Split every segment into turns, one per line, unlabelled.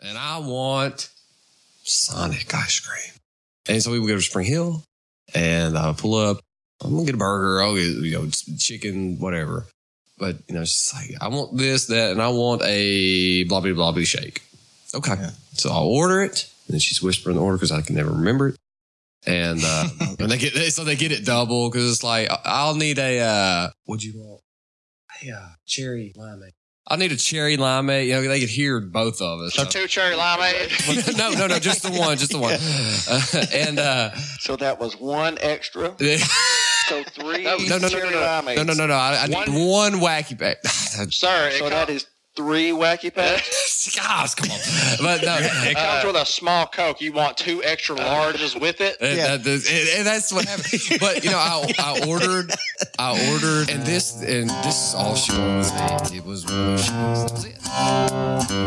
and I want Sonic ice cream. And so we would go to Spring Hill and I pull up. I'm gonna get a burger. I'll get you know chicken, whatever. But you know, she's like, I want this, that, and I want a blah blah blah blah shake. Okay,
Yeah.
so I'll order it. And she's whispering the order because I can never remember it. And uh, and they get so they get it double because it's like I- I'll need a uh, what'd you want? A uh, cherry limeade. I need a cherry limeade. You know, they could hear both of us.
So two cherry limeade.
no, no, no, just the one, just the one. Uh, and uh,
So that was one extra. So three
No,
no, no, no,
cherry
no,
limeades.
No, no, no, no. I, I
One-
need one wacky bag.
Sir, it
So
comes,
that is three wacky packs.
Gosh, come on. But no.
it
uh,
comes with a small Coke. You want two extra
Uh,
larges with it?
and
Yeah.
that- and- and that's what happened. But you know, I, I ordered, I ordered, and this, and this is all she was. It was. That was it.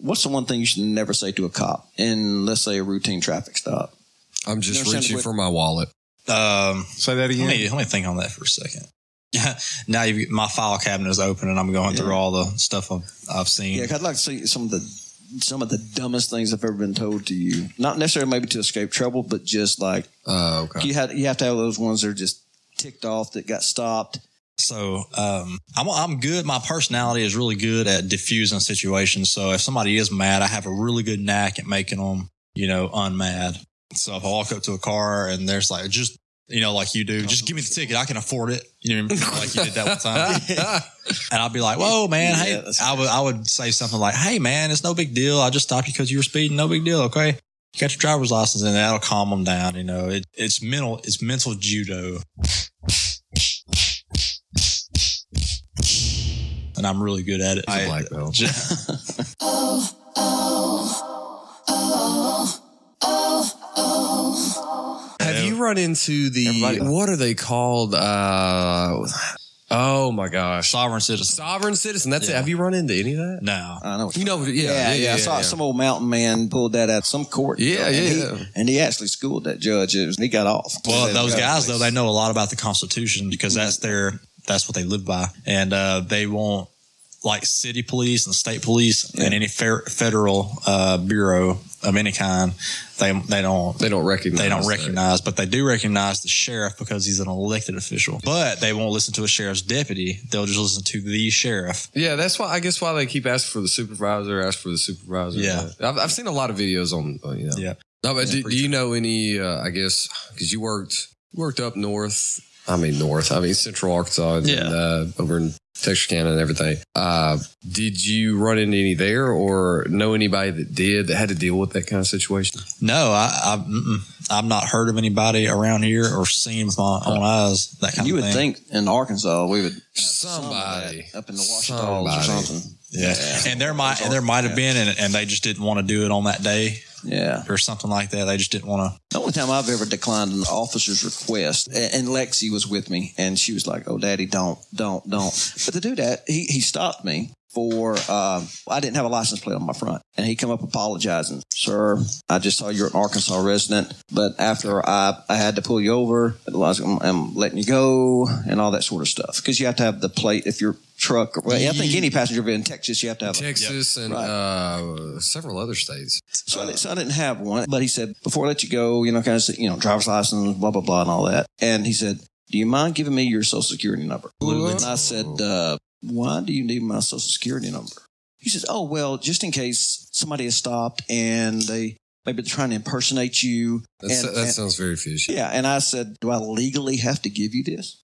What's the one thing you should never say to a cop in, let's say, a routine traffic stop?
I'm just
Never sent
reaching
with-
for my wallet.
Um,
Say that
let, me, let me think on that for a second. now you've, my file cabinet is open and I'm going
Yeah.
through all the stuff I've, I've seen.
Yeah, 'cause I'd like to see some of the some of the dumbest things I've ever been told to you. Not necessarily maybe to escape trouble, but just like
Oh, okay.
you had you have to have those ones that are just ticked off that got stopped.
So um, I'm, I'm good. My personality is really good at diffusing situations. So if somebody is mad, I have a really good knack at making them, you know, unmad. So if I walk up to a car and there's like, just, you know, like you do, just give me the ticket. I can afford it. You know, like you did that one time. And I'd be like, whoa, man.
Yeah,
Hey,
that's
I would, I would say something like, hey, man, it's no big deal. I just stopped you because you were speeding. No big deal. Okay. You got your driver's license and that'll calm them down. You know, it, it's mental, it's mental judo. And I'm really good at it.
He's a
I-
black belt.
ju-
Have you run into the
Everybody-
what are they called? Uh, oh my gosh,
sovereign citizen.
sovereign citizen. That's it.
Yeah.
Have you run into any of that?
No.
I know.
You know, yeah,
yeah, yeah, I saw some old mountain man pulled that out of some court.
Yeah,
and he-
yeah.
and he actually schooled that judge. It was- he got off.
Well, those guys though, they know a lot about the Constitution because that's their that's what they live by, and uh, they won't like city police and state police and any fer- federal uh, bureau of any kind. They they don't
They don't recognize.
they don't
that.
recognize, but they do recognize the sheriff because he's an elected official. But they won't listen to a sheriff's deputy; they'll just listen to the sheriff.
Yeah, that's why I guess why they keep asking for the supervisor, ask for the supervisor.
Yeah.
I've, I've seen a lot of videos on. Uh, you know.
Yeah.
No, but
Yeah,
do,
pretty
do you know any? Uh, I guess because you worked you worked up north. I mean north. I mean central Arkansas. And,
Yeah.
uh, over in Texarkana and everything. Uh, did you run into any there or know anybody that did that had to deal with that kind of situation?
No, I, I mm-mm. I've not heard of anybody around here or seen with my own eyes that kind
You
of
would
thing.
think in Arkansas we would have some of
Somebody
that up in the Washita or
Somebody.
something.
Yeah. And there might and there might have been and, and they just didn't want to do it on that day
Yeah.
or something like that. They just didn't want
The only time I've ever declined an officer's request, a- and Lexi was with me, and she was like, "Oh, Daddy, don't, don't, don't." But to do that, he he stopped me for um I didn't have a license plate on my front, and he come up apologizing, "Sir, I just saw you're an Arkansas resident, but after I I had to pull you over, I was- I'm, I'm letting you go, and all that sort of stuff, because you have to have the plate if your truck. Well, I think any passenger in Texas, you have to have. a
Texas and
Right.
uh, several other states.
so, I, so I didn't have one, but he said, before I let you go, you know, kind of, said, you know, driver's license, blah, blah, blah, and all that. And he said, do you mind giving me your social security number?
What?
And I said, uh, why do you need my social security number? He says, oh, well, just in case somebody is stopped and they maybe they're trying to impersonate you.
That's,
and-
that
and-
sounds very fishy.
yeah. And I said, Do I legally have to give you this?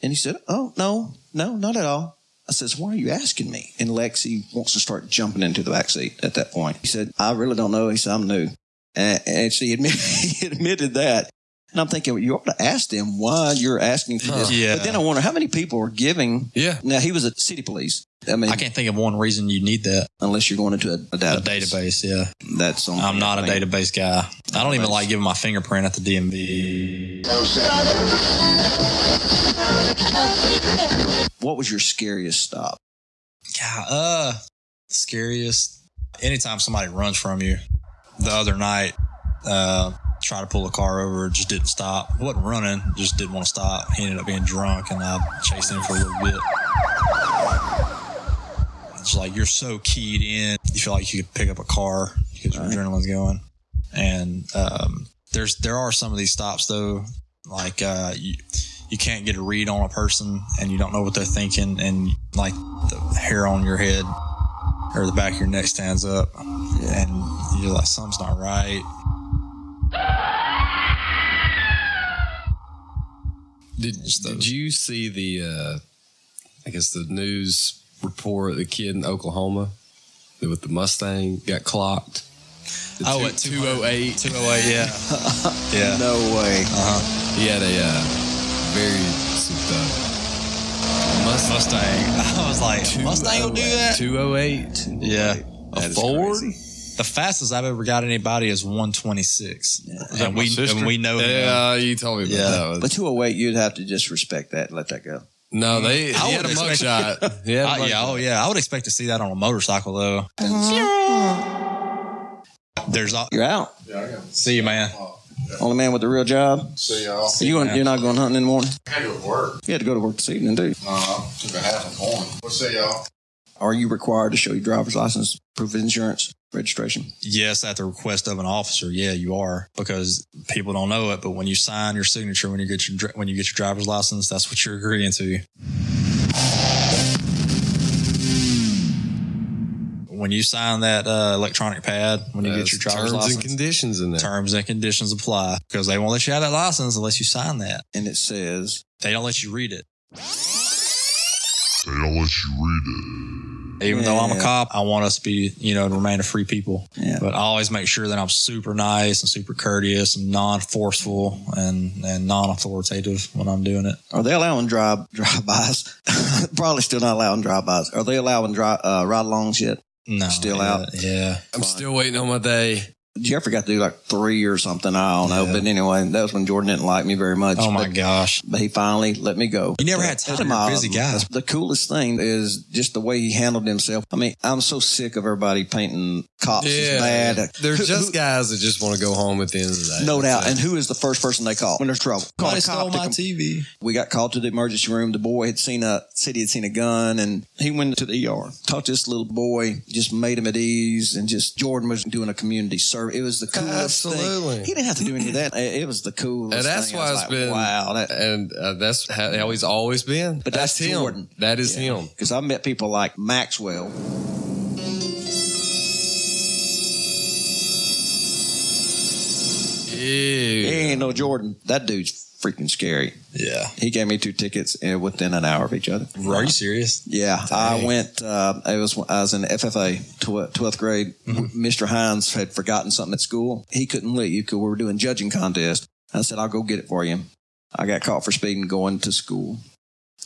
And he said, Oh, no, no, not at all. I says, Why are you asking me? And Lexi wants to start jumping into the back seat at that point. He said, I really don't know. He said, I'm new. And, and she admitted, he admitted that. And I'm thinking, well, you ought to ask them why you're asking for this.
Huh. Yeah.
But then I wonder how many people are giving.
Yeah.
Now, he was a city police. I
to.
mean,
I can't think of one reason you need that.
unless you're going into a, a
A
database.
database, yeah.
That's on
I'm not a database guy. I don't even like giving my fingerprint at the DMV.
What was your scariest stop?
God, uh, scariest. Anytime somebody runs from you. The other night, uh, tried to pull a car over, just didn't stop. wasn't running, just didn't want to stop. He ended up being drunk, and I chased him for a little bit. It's like you're so keyed in, you feel like you could pick up a car because your adrenaline's going. And um, there's there are some of these stops though, like uh, you you can't get a read on a person, and you don't know what they're thinking, and like the hair on your head or the back of your neck stands up, and you're like something's not right.
Did, did you see the, uh, I guess the news report, of the kid in Oklahoma that with the Mustang got clocked? The
Oh,
two-
at
208.
208, yeah. yeah.
No way.
oh-
He had a uh, very souped up Mustang.
Mustang. I was like, Mustang will do that?
208.
Yeah.
A
That is
Ford?
crazy. The fastest I've ever got anybody is 126. And, we, and we know him.
Yeah, you told me about
Yeah.
that one.
But 208, you'd have to just respect that and let that go.
no, they he
I
had a
would expect-
mugshot. Yeah,
I- yeah, oh yeah. I would expect to see that on a motorcycle though. There's all,
Uh-huh. You're out.
see you, man.
Only man with a real job.
See y'all.
You going, you're not going hunting in the morning.
I had to go to work.
You had to go to work this evening, dude.
Uh, took a half a coin. We'll see y'all.
Are you required to show your driver's license, proof of insurance, registration?
Yes, at the request of an officer. Yeah, you are because people don't know it, but when you sign your signature when you get your dri- when you get your driver's license, that's what you're agreeing to. When you sign that uh, electronic pad, when you get your driver's
terms
license,
and conditions in there.
terms and conditions apply because they won't let you have that license unless you sign that.
And it says,
They don't let you read it.
They don't let you read it.
Even though I'm a
Yeah.
cop, I want us to be, you know, to remain a free people.
yeah.
But I always make sure that I'm super nice and super courteous and non-forceful and, and non-authoritative when I'm doing it.
Are they allowing drive drive-bys? Probably still not allowing drive-bys. Are they allowing dri uh, ride-alongs yet?
No,
Still
yeah,
out.
Yeah,
I'm still waiting on my day.
Jeffrey got to do like three or something. I don't know.
Yeah.
But anyway, that was when Jordan didn't like me very much.
Oh my
But-
gosh.
But he finally let me go.
You never had
That's
time. You're a busy guy.
The coolest thing is just the way he handled himself. I mean, I'm so sick of everybody painting cops as bad.
They're
Who-
just
who-
guys that just want to go home at the end of the day.
no
That's
doubt.
it.
And who is the first person they call when there's trouble? Call
They
a
stole
cop to
my
com-
TV.
we got called to the emergency room. The boy had seen a said he had seen a gun, and he went to the ER. Talked to this little boy, just made him at ease, and just Jordan was doing a community service. It was the coolest
Absolutely.
thing. He didn't have to do any of that. It it was the coolest.
And that's
thing.
why
I was
it's
like,
been-
wow. That,
And uh, that's how he's always been.
But that's
him.
Jordan.
That is him.
because I met people like Maxwell. He
Yeah.
ain't no Jordan. That dude's freaking scary.
Yeah.
He gave me two tickets uh, within an hour of each other.
Are you serious?
Yeah, I went. Uh, it was I was in FFA, tw- twelfth grade. Mr. Hines had forgotten something at school. He couldn't leave because we were doing judging contest. I said, "I'll go get it for you." I got caught for speeding going to school.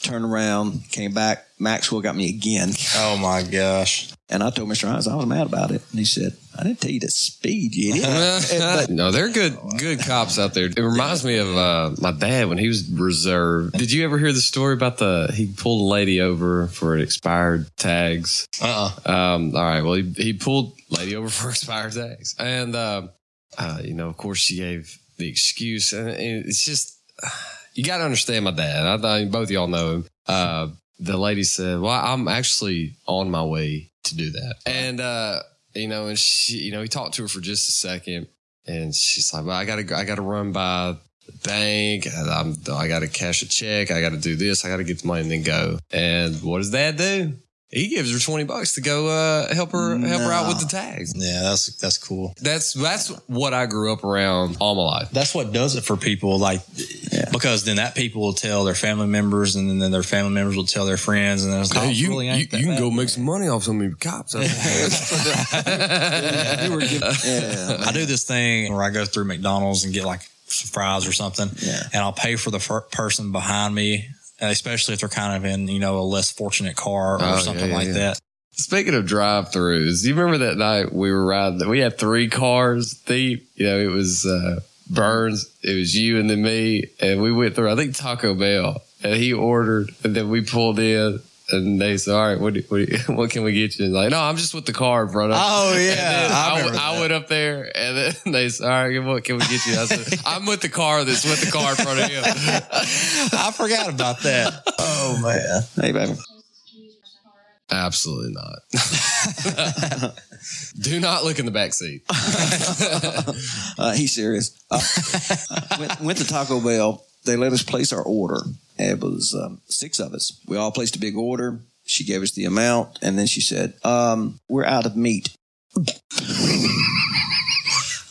Turned around, came back. Maxwell got me again,
Oh my gosh.
and I told Mr. Hines I was mad about it. And he said, "I didn't tell you to speed, you idiot."
no, they're good, good cops out there. It reminds me of uh, my dad when he was reserved. Did you ever hear the story about the he pulled a lady over for expired tags?
Uh.
Um, all right, well he, he pulled lady over for expired tags, and um uh, you know of course she gave the excuse, and, and it's just you got to understand my dad. I thought both of y'all know him. Uh, the lady said, "Well, I'm actually on my way to do that," and uh, you know, and she, you know, he talked to her for just a second, and she's like, "Well, I gotta, go, I gotta run by the bank. and I'm, I gotta cash a check. I gotta do this. I gotta get the money and then go." And what does Dad do? He gives her twenty bucks to go uh, help her help her out with the tags.
Yeah, that's that's cool.
That's that's what I grew up around all my life.
That's what does it for people, like because then that people will tell their family members, and then, then their family members will tell their friends, and then it's like, oh, really ain't that bad.
make some money off some of your cops.
You were giving- yeah.
I do this thing where I go through McDonald's and get like some fries or something,
Yeah.
and I'll pay for the fir- person behind me, especially if they're kind of in you know a less fortunate car or
Oh, yeah,
something
yeah,
like
yeah.
that.
Speaking of drive-throughs, you remember that night we were riding? We had three cars deep. You know, it was uh, Burns, it was you, and then me, and we went through. I think Taco Bell, and he ordered, and then we pulled in. And they said, "All right, what do, what, do, what can we get you?" And like, no, I'm just with the car, brother.
Oh yeah,
And then
I
I, w-
remember
I
that.
went up there and then they said, All right, what can we get you? I said, I'm with the car that's with the car in front of him.
I forgot about that. Oh man.
Hey, baby.
Absolutely not. Do not look in the back seat.
Uh, he's serious. Uh, went, went to Taco Bell. They let us place our order. It was um, six of us. We all placed a big order. She gave us the amount, and then she said, um, "We're out of meat."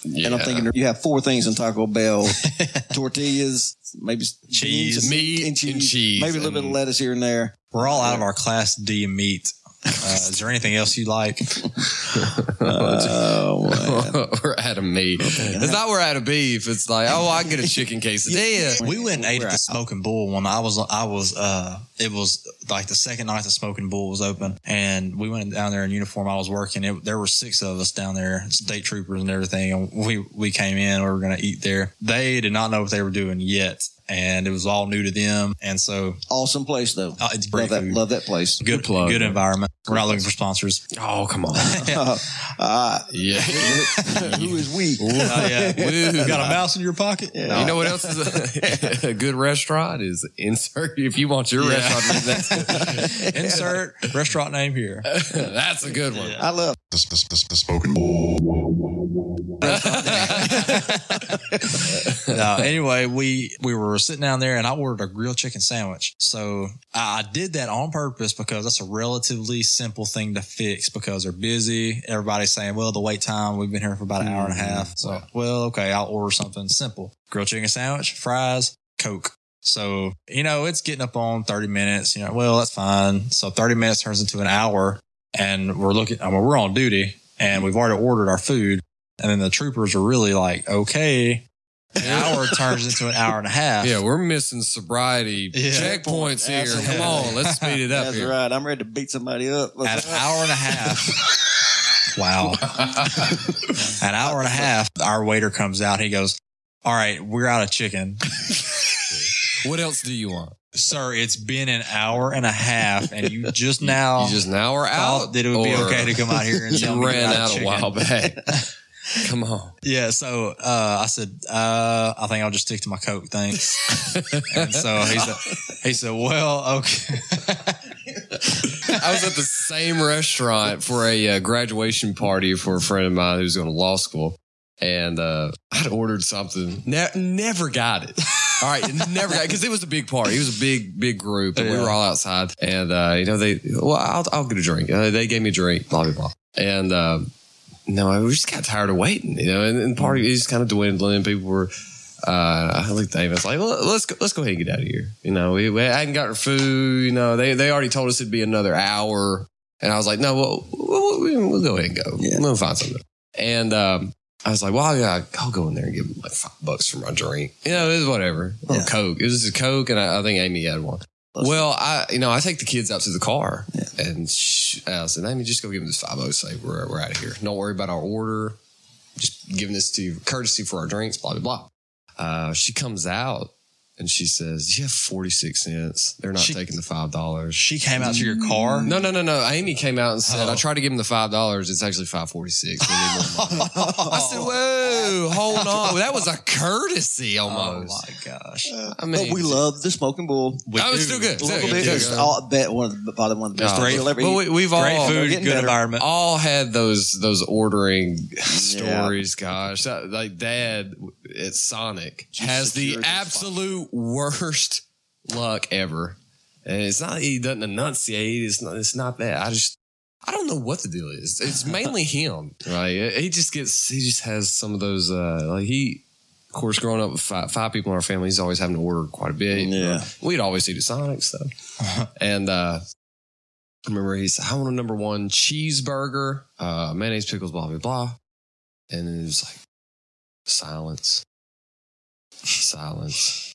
And I'm thinking you have four things in Taco Bell: tortillas, maybe
Cheese.
beans
Meat and cheese
maybe a little bit of
and-
lettuce here and there.
We're all out of our class D meat. Uh, is there anything else you like?
Oh, man.
we're out of meat. It's not we're out of beef. It's like, oh, I can get a chicken quesadilla.
We went and ate
We're
at the
out.
Smoking Bull one. I was, I was, uh, it was like the second night the Smoking Bull was open, and we went down there in uniform. I was working. It, there were six of us down there, state troopers and everything, and we we came in. We were going to eat there. They did not know what they were doing yet, and it was all new to them. And so,
awesome place though.
uh, it's great
Love that.
food.
Love that place.
Good,
plug.
good environment. We're not looking for sponsors.
Oh, come on.
Uh,
Yeah.
who is we?
Oh, yeah.
Woo.
You got a mouse in your pocket?
You know what else is a, a good restaurant is insert if you want your
Yeah.
restaurant. That's,
Insert restaurant name
Uh,
here.
that's a good one.
I love.
The, the, the, the spoken bull.
no, Uh, anyway, we we were sitting down there, and I ordered a grilled chicken sandwich. So I I did that on purpose because that's a relatively simple thing to fix because they're busy. Everybody's saying, "Well, the wait time. We've been here for about an hour and a half." So, well, okay, I'll order something simple: grilled chicken sandwich, fries, coke. So you know it's getting up on thirty minutes. You know, well that's fine. So thirty minutes turns into an hour, and we're looking. I mean, we're on duty, and we've already ordered our food. And then the troopers are really like, okay, an hour turns into an hour and a half.
Yeah, we're missing sobriety
Yeah.
checkpoints here.
Absolutely.
Come on, let's speed it up
That's
here.
right. I'm ready to beat somebody up.
At an hour and a half. wow. an hour and a half, our waiter comes out. He goes, All right, we're out of chicken.
What else do you want?
Sir, it's been an hour and a half, and you just now
you just now are
thought
out.
that it would be
or
okay to come out here and tell
You
me
ran out
you're of
a
chicken?
while back. Come on.
Yeah, so uh, I said, uh, I think I'll just stick to my Coke, thanks. and so he said, he said, well, okay.
I was at the same restaurant for a uh, graduation party for a friend of mine who's going to law school. And uh, I'd ordered something, ne- never got it. All right, never got because it was a big party. It was a big, big group, and we
Yeah.
were all outside. And uh, you know, they well, I'll, I'll get a drink. Uh, they gave me a drink, blah blah blah. And uh, no, I we just got tired of waiting, you know. And, and the party is kind of dwindling. People were uh, I looked at Ava. I was like, well, let's go, let's go ahead and get out of here. You know, we, we hadn't got our food. You know, they they already told us it'd be another hour, and I was like, no, well, we'll, we'll, we'll go ahead and go.
Yeah.
We'll find something. And um, I was like, well, yeah, I'll go in there and give them like five bucks for my drink. You know, it was whatever. Or
Yeah.
Coke. It was just Coke, and I, I think Amy had one.
Listen.
Well, I you know I take the kids out to the car
Yeah.
and sh- I said, Amy, just go give them this five oh. Say we're we're out of here. Don't worry about our order. Just giving this to you courtesy for our drinks. Blah blah blah. Uh, she comes out and she says, "You have forty six cents. They're not
She-
taking the five dollars."
She came out to your car.
No, no, no, no. Amy came out and said,
Oh.
"I tried to give them the five dollars. It's actually five forty six. I said, "Whoa, hold on. That was a courtesy
Oh
almost."
my gosh.
I mean,
but we love the smoking bull.
We
that was
do.
too good.
Local
Too
bit
good.
is all, bet one of the, probably one of the best
No.
things you'll ever
But
eat.
we, we've
Great
all
food, good
getting better.
environment.
all had those those ordering stories. Gosh, That- like Dad at Sonic has the
secured his
absolute worst luck ever, and it's not that he doesn't enunciate. It's not. It's not that. I just. I don't know what the deal is. It's mainly him, right? He just gets, he just has some of those, uh, like he, of course, growing up with five, five people in our family, he's always having to order quite a bit.
Yeah.
We'd always eat at Sonic stuff. And uh, I remember he said, I want a number one cheeseburger, uh, mayonnaise, pickles, blah, blah, blah. And then it was like silence, silence.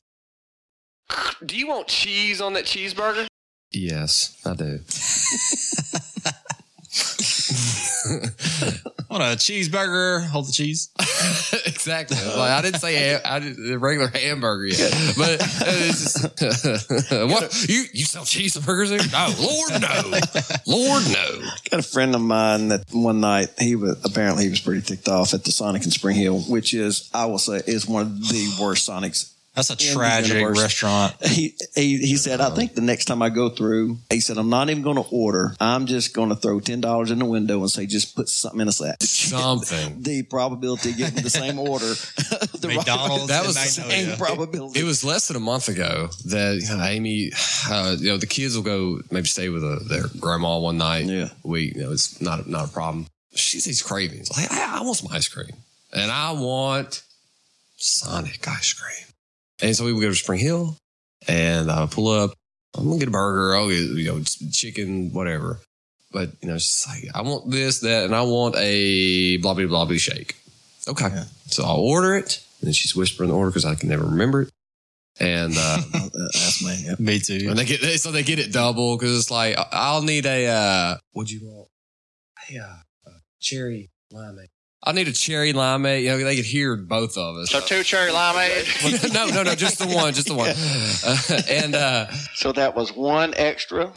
Do you want cheese on that cheeseburger?
Yes, I do.
want a cheeseburger? Hold the cheese.
exactly. Like, I didn't say ham, I did a regular hamburger yet, but uh, it's just, what you you sell cheeseburgers? Here? No, Lord
Oh,
no, Lord no.
Got a friend of mine that one night he was apparently he was pretty ticked off at the Sonic in Spring Hill, which is I will say is one of the worst Sonics
That's a
the
tragic
universe.
restaurant.
he he, he said, I think the next time I go through, he said, I'm not even going to order. I'm just going to throw ten dollars in the window and say, just put something in a sack.
Something.
The probability of getting the same order, the right-
McDonald's.
That
in
was the
Magnolia.
same probability.
It was less than a month ago that you know, Amy, uh, you know, the kids will go maybe stay with uh their grandma one night.
Yeah.
we you know it's not not a problem. She sees cravings. Like I, I want some ice cream, and I want Sonic ice cream. And so we would go to Spring Hill, and I would pull up. I'm gonna get a burger. I'll get you know s- chicken, whatever. But you know, she's like, I want this, that, and I want a blah blah blah blah shake. Okay, so I'll order it. And then she's whispering the order because I can never remember it. And uh,
Uh, that's me. Yep.
Oh, Me too.
and they get so they get it double because it's like I- I'll need a uh, what'd you want? Hey, uh, cherry limeade. I need a cherry limeade. You know they could hear both of us.
So two cherry limeade.
no, no, no, just the one, just the one. Uh, and uh,
So that was one extra.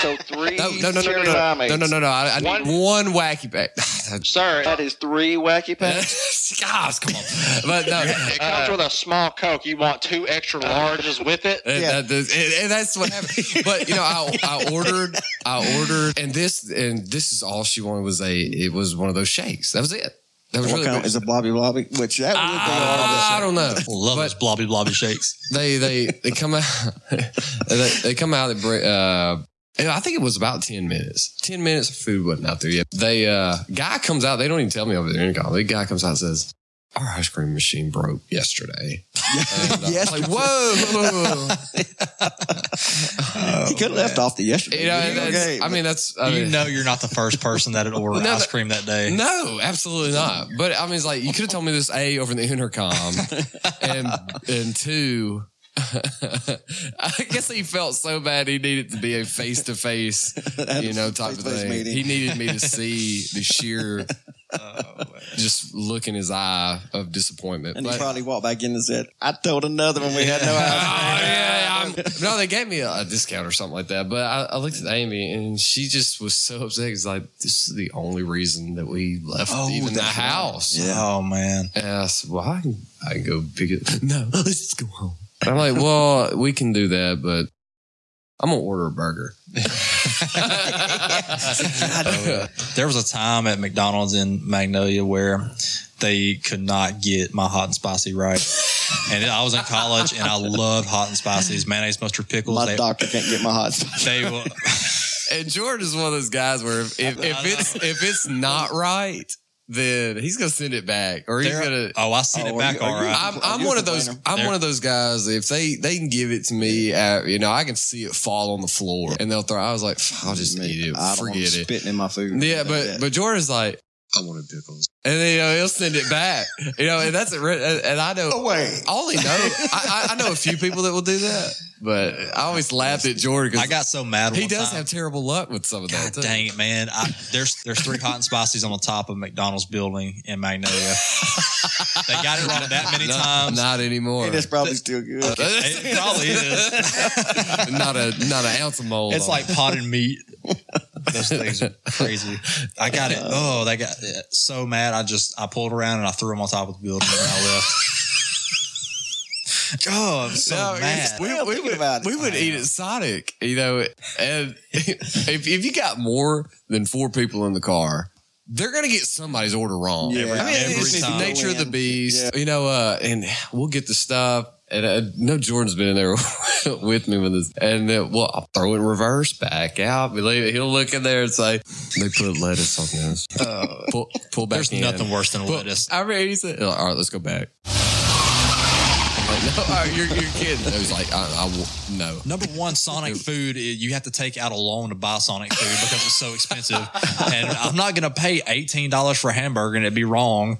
So three
no, no, no, no, no,
cherry
no,
limeades.
no, no, no, no. I, I need
One-
one, wacky bag.
Sir, that is three wacky packs.
Gosh, come on. But no,
It comes with a small Coke. You want two extra larges with it?
And, that- that's- and- and that's what happened. but you know, I, I ordered, I ordered, and this, and this is all she wanted was a. It was one of those shakes. That was it. That was
What
really.
kind
good. Ah,
is a blobby blobby? Which that would
I, I don't know.
Love
But
those blobby blobby shakes.
they they they come out. they, they come out. They bring. Uh, and I think it was about ten minutes. Ten minutes of food wasn't out there yet. They uh, guy comes out. They don't even tell me over the intercom. The guy comes out and says. Our ice cream machine broke yesterday. And, uh,
Yes.
Like, whoa, whoa, whoa, whoa.
he could have left off the yesterday.
You know,
video
that's-
game.
I mean, that's. I
you
mean-
know you're not the first person that had ordered
No,
ice
but-
cream that day.
No, absolutely not. But I mean, it's like you could have told me this a over the intercom, and and two. I guess he felt so bad he needed to be a face to face, you know, type of
Face-to-face
thing.
meeting.
He needed me to see the sheer
Oh,
just look in his eye of disappointment.
and he
But-
probably walked back in and said, "I told another one we had no
Oh,
idea."
yeah, I'm- no, they gave me a, a discount or something like that. But I, I looked at Amy and she just was so upset. It's like this is the only reason that we left
Oh,
even the
that's right.
house.
Oh man.
And I said, well, I can, I can go pick it. No, let's just go home. And I'm like, well, we can do that, but I'm going to order a burger.
There was a time at McDonald's in Magnolia where they could not get my hot and spicy right. And I was in college and I loved hot and spicies, mayonnaise, mustard, pickles.
My
they,
doctor can't get my hot spot.
they will,
and George is one of those guys where if, if, if it's if it's not right, then he's going to send it back or he's
they're-
going to.
oh, I seen
Oh,
it
are
back
you-
all
are you-
right.
I'm,
Are
I'm
you a
one of those.
complainer?
I'm
They're-
one of those guys. If they they can give it to me, uh, you know, I can see it fall on the floor, and they'll throw. I was like, I'll just eat it.
I don't want
Forget it.
spitting in my food.
Yeah, but but Jordan's like, I wanted pickles, and then you know he'll send it back. You know, and that's it. And I know,
oh wait,
I only know, I, I- I know a few people that will do that, but I always laughed at Jordan
I
because
got so mad.
he
one
does
time.
have terrible luck with some of that.
God
too.
dang it, man! I, there's there's three hot and spices on the top of McDonald's building in Magnolia. they got it wrong that many
No,
times.
not anymore.
and it's probably still good.
It probably is.
not a not an ounce of mold.
It's
on
like potted meat. Those things are crazy. I got
Uh,
it. Oh, they got so mad. I just I pulled around and I threw them on top of the building and I left. Oh, I'm so
No, it's-
mad.
We,
Yeah,
we
thinking
would,
about it.
we would eat at Sonic, you know, and if, if you got more than four people in the car, they're gonna get somebody's order wrong.
Yeah,
I mean,
every
it's just the
time.
nature of the
Yeah.
beast, you know. Uh, and we'll get the stuff. And I know Jordan's been in there with me with this. And uh, well, I'll throw it in reverse, back out. We leave it. He'll look in there and say, "They put lettuce on this." pull, pull back.
There's
in.
nothing worse than
Well,
lettuce.
I mean, he said, "All right, let's go back." I'm like, no, all right, you're, you're kidding. I was like, I, I w- no.
Number one, Sonic food, i- you have to take out a loan to buy Sonic food because it's so expensive. And I'm not going to pay $18 for a hamburger and it'd be wrong.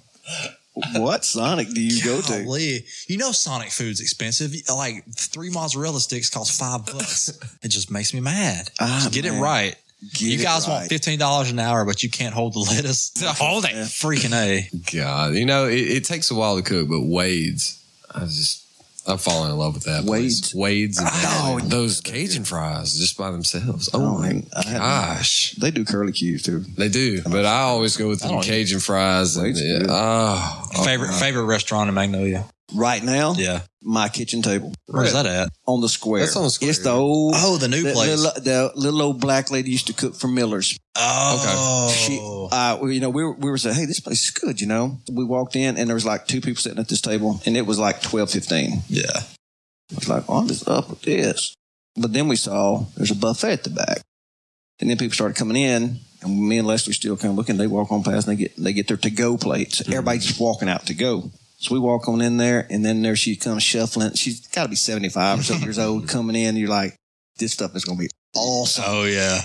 What Sonic do you go to?
Golly. You know, Sonic food's expensive. Like three mozzarella sticks cost five bucks. It just makes me mad.
Ah,
Just get
man.
it right.
Get
you
it
guys
right.
want fifteen dollars an hour, but you can't hold the lettuce. Hold it, freaking a.
God, you know, it, it takes a while to cook, but Wade's, I just, I'm falling in love with that. place. Wade's, and
Oh,
those Cajun fries just by themselves. Oh,
Oh,
my
man, I had-
gosh,
They do curly cues too.
they do. But I always go with
I
the
don't-
Cajun fries. And,
Wade's good.
oh, oh,
Favorite
my-
favorite restaurant in Magnolia.
Right now,
Yeah,
my kitchen table
where's that at?
on the square.
That's on the square.
It's the old.
Oh, the new
the,
place.
Little, the little old black lady used to cook for Miller's. She,
Oh,
uh, we- you know, we were, we were saying, hey, this place is good, you know. We walked in and there was like two people sitting at this table and it was like 12, 15.
yeah.
It's like, what is up with this? But then we saw there's a buffet at the back. And then people started coming in, and me and Leslie still kind of looking. They walk on past and they get they get their to go plates.
Mm-hmm.
Everybody's just walking out to go. So we walk on in there, and then there she comes shuffling. She's got to be 75 or so years old coming in. You're like, this stuff is going to be awesome.
Oh yeah.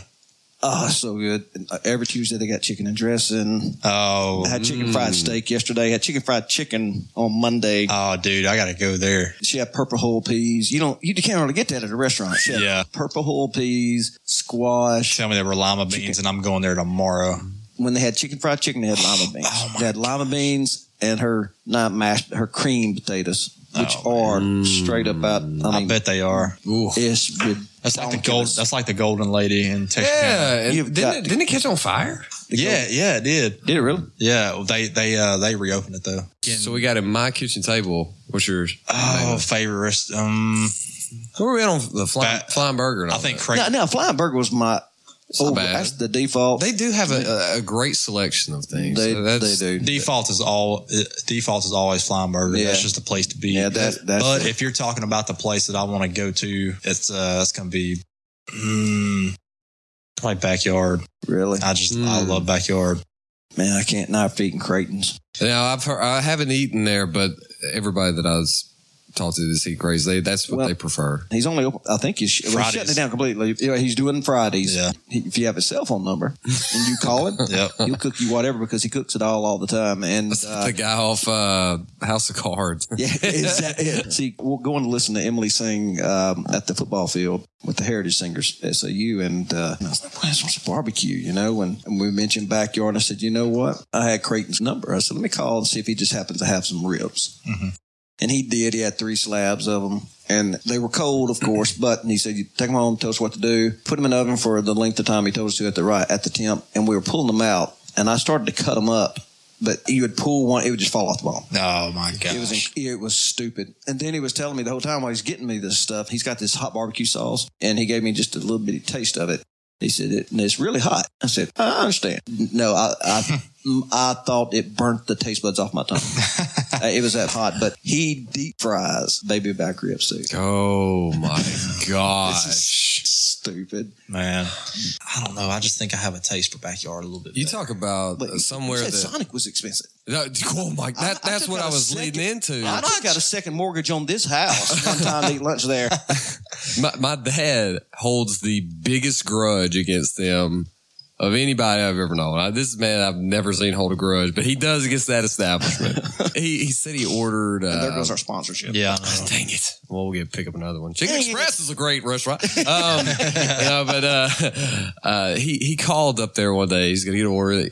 Oh, so good. And, uh, every Tuesday they got chicken and dressing. I
Oh.
had chicken fried steak yesterday. had chicken fried chicken on Monday.
Oh, dude, I gotta go there.
She had purple hull peas. You don't you can't really get that at a restaurant. She had
Yeah.
purple hull peas, squash.
Tell me there were lima beans, and I'm going there tomorrow.
When they had chicken fried chicken, they had lima beans.
Oh, my
they had lima beans and her not mashed her cream potatoes, which are straight up out. I, mean,
I bet they are.
Ooh.
it's good.
That's like the gold. That's like the golden lady in Texas.
Yeah, and
You've
didn't,
got
it,
to-
didn't it catch on fire?
yeah, yeah, it did.
Did it really?
Yeah, well, they they uh they reopened it though.
So we got in my kitchen table. What's yours?
Oh, favorite rest. Um,
Who were we at on the flying,
Fat-
flying burger? And
I
all
think
that?
Craig.
Now, now flying burger was my.
not
Oh,
bad.
that's the default.
they do have a, a, a great selection of things.
They-
So that's-
they do.
Default is all uh, default is always flying burger.
Yeah.
That's just the place to be.
Yeah, that- that's-
but if you're talking about the place that I want to go to, it's uh, it's gonna be mm, probably backyard.
really?
I just I
Hmm.
Mm.
love backyard. Man,
Man, I can't not eating Creighton's.
Now I've heard, I haven't eaten there, but everybody that I was talked to this eat crazy. They, that's what
Well-
they prefer.
He's only open. I think he's, well, he's shutting
Fridays.
it down completely. Yeah, he's doing Fridays.
Yeah.
He, if you have a cell phone number and you call him,
Yep.
he'll cook you whatever because he cooks it all all the time. And
That's
uh,
the guy off uh, House of Cards.
yeah, exactly. Yeah. See, we're going to listen to Emily sing um, at the football field with the Heritage Singers SAU, and, uh, and I was like, "Well, this was a barbecue," you know. And, and we mentioned backyard. And I said, "You know what? I had Creighton's number. I said, let me call and see if he just happens to have some ribs."
Mhm.
And he did. He had three slabs of them. And they were cold, of course, but and he said, "You take them home, tell us what to do, put them in the oven for the length of time he told us to at the right at the temp." And we were pulling them out, and I started to cut them up, but you would pull one, it would just fall off the bone.
Oh my gosh.
It was it was stupid. And then he was telling me the whole time while he's getting me this stuff, he's got this hot barbecue sauce, and he gave me just a little bitty taste of it. He said it, and it's really hot. I said, I understand. No, I I, mm, I thought it burnt the taste buds off my tongue. Uh, it was that hot. But he deep fries baby back rib soup.
Oh my
This
gosh!
is stupid.
man. I don't know. I just think I have a taste for backyard a little bit.
You
better.
talk about
But
uh, somewhere
you
that
said Sonic was expensive.
No, oh my
I- I
that, that's
took
what
out
I
a
was
second-
leading into.
I just got a second mortgage on this house. One time to eat lunch there.
my, my dad holds the biggest grudge against them of anybody I've ever known. I, this man I've never seen hold a grudge, but he does against that establishment. he, he said he ordered. Uh,
there goes our sponsorship.
yeah. I know.
Dang it! Oh. Well, we'll get pick up another one. Chicken
Dang it.
Express is a great restaurant. Um, no, but uh, uh, he he called up there one day. He's gonna get an order.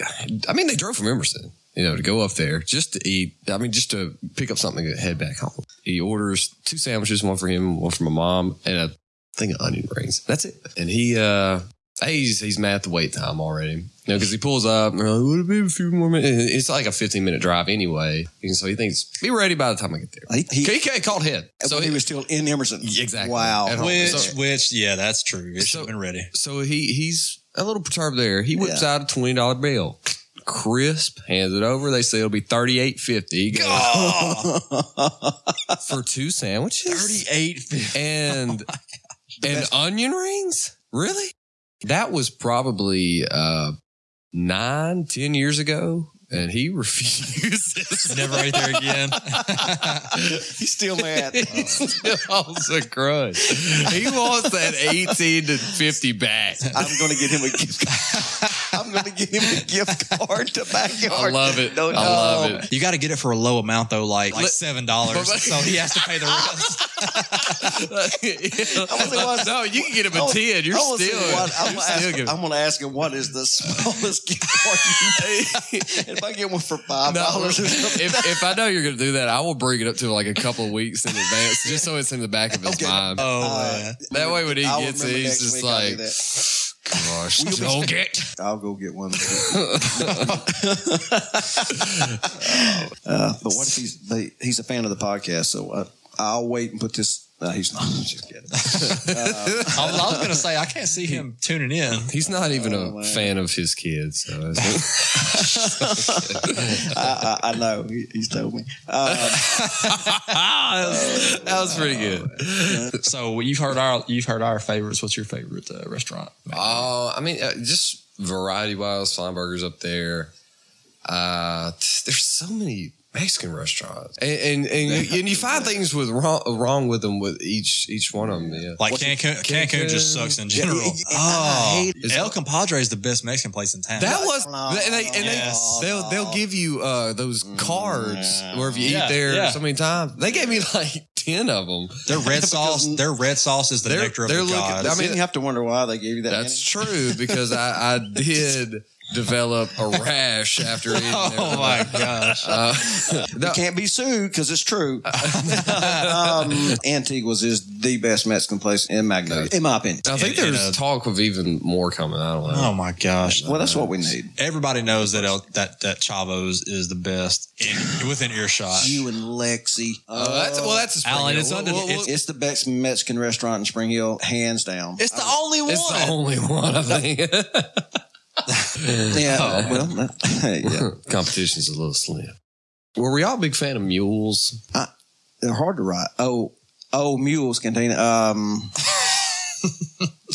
I mean, they drove from Emerson, you know, to go up there just to eat. I mean, just to pick up something and head back home. He orders two sandwiches, one for him, one for my mom, and a thing of onion rings. That's it. And he uh, he's he's mad at the wait time already. You know, because he pulls up and we're like, would it be a few more minutes? And It's like a 15 minute drive anyway. And so he thinks, be ready by the time I get there.
He, he,
KK called head. So
when he
he,
was still in Emerson.
Exactly.
Wow.
At home.
Which,
So-
which, yeah, that's true. It should
So-
have been ready.
so he he's a little perturbed there. He whips
Yeah.
out a twenty dollar bill, crisp, hands it over. They say it'll be thirty eight fifty. Oh! for two sandwiches,
38.
Oh
and and onion rings. Really? That was probably uh, nine ten years ago. and he refuses.
Never ate there again.
He's still mad.
he still holds a grudge. He wants that eighteen to fifty back.
I'm going to get him a gift card. I'm going to get him a gift card to
I
backyard.
love it.
No,
I
no.
love it.
you got to get it for a low amount though, like like seven dollars. so he has to pay the rest.
was-
no, you can get him a
I was-
ten. You're
I was
still.
thinking, what- I'm
you're
gonna ask-
still giving-
I'm going to ask him what is the smallest gift card you pay. if I get one for five
No,
dollars or something,
if, if I know you're going to do that, I will bring it up to like a couple of weeks in advance, just so it's in the back of his
Okay.
mind.
Oh,
Uh,
man.
that way, when he
I'll
gets it,
remember
he's
next
just
week I'll
like,
do that.
"Gosh, don't get."
I'll go get one. Uh, but what if he's they, he's a fan of the podcast? So uh, I'll wait and put this. No, he's not. Just kidding.
I was, I was gonna say I can't see him tuning in.
He's not even a
Oh, man.
fan of his kids. So it's-
I, I, I know. He, he's told me. Uh,
Ah, that, was, that was pretty good.
So you've heard our you've heard our favorites. What's your favorite uh, restaurant?
Oh, I mean, uh, just variety wise, Flyburgers up there. Uh, t- there's so many Mexican restaurants, and and, and, you, and you find things with wrong, wrong with them with each each one of them. Yeah,
Like Cancun, Cancun,
Cancun?
just sucks in general.
Yeah, yeah, yeah,
oh,
I hate
El Compadre is the best Mexican place in town.
that was
No,
and they, and
Yes. Mm.
they they'll they'll give you uh those cards where if you
Yeah,
eat there
yeah.
so many times. They gave me like ten of them.
their red sauce, their red sauce is the
They're-
nectar of
they're
the
looking-
gods.
I
I
mean-
mean, you have to wonder why they gave you that.
That's true because I, I did develop a rash after eating.
oh my gosh!
Uh, no,
Can't be sued because it's true. um, Antigua's is the best Mexican place in Magnolia, in my opinion.
I think
in- in
there's
a-
talk of even more coming. I don't know.
Oh my gosh!
Well, that's what we need.
Everybody knows that El, that that Chavo's is the best in, within earshot.
You and Lexi.
Oh, that's, well, that's a spring
Alan,
hill.
it's under-
Well, well,
it's-
It's the best Mexican restaurant in Spring Hill, hands down.
it's the only one.
it's the only one I think. Oh,
yeah, Uh, well, that- yeah.
Competition's a little slim. Were we all a big fan of mules?
they're hard to ride. Oh, oh, mules contain. Um,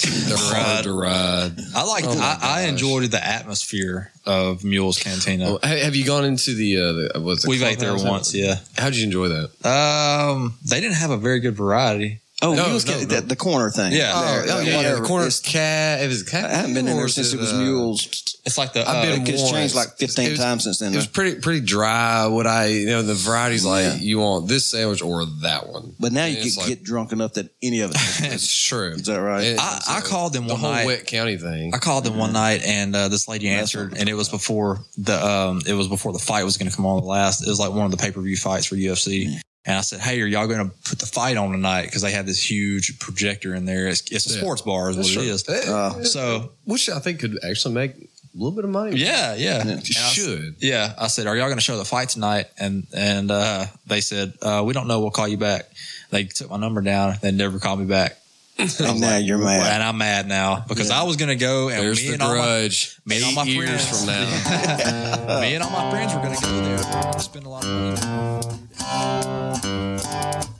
They're hard to ride.
I like.
Oh my
I, I
gosh.
enjoyed the atmosphere of Mule's Cantina.
Oh, ha- have you gone into the? Uh, the what's it
We've ate there
clubhouse?
once. Yeah.
How'd you enjoy that?
Um, they didn't have a very good variety.
oh,
No,
mules
no,
can,
no.
The, the corner thing.
Yeah.
Oh,
There,
oh,
uh,
yeah, yeah,
whatever.
the corner
It's-
cat. It was cat.
I haven't been in there since it
uh,
was mules.
It's like the.
I've
uh,
been-
It's changed like
It
15
was-
times since then.
It was pretty pretty dry. What I you know the varieties like
Yeah.
you want this sandwich or that one.
but now you
it's
can
like-
get drunk enough that any of it.
It's true.
Is that right?
And
I, I
so
called them
the
one
whole
night.
wet county thing.
I called them
Mm-hmm.
one night, and uh, this lady answered, and it was before the um, it was before the fight was going to come on the last. It was like one of the pay per view fights for
Mm-hmm.
UFC. And I said, "Hey, are y'all going to put the fight on tonight? Because they have this huge projector in there. It's, it's a
Yeah.
sports bar, is what
Sure.
it is.
Uh,
So
Which I think could actually make a little bit of money.
yeah, yeah,
You should.
Yeah, I said, "Are y'all going to show the fight tonight?" And and uh, they said, uh, "We don't know. We'll call you back." They took my number down. They never called me back,
and now you're mad.
and I'm mad now because I was going to go and
There's
me
the
and all my,
grudge.
me and all
Eight
my
years
friends.
from now.
me and all my friends were going to go there, and spend a lot of money.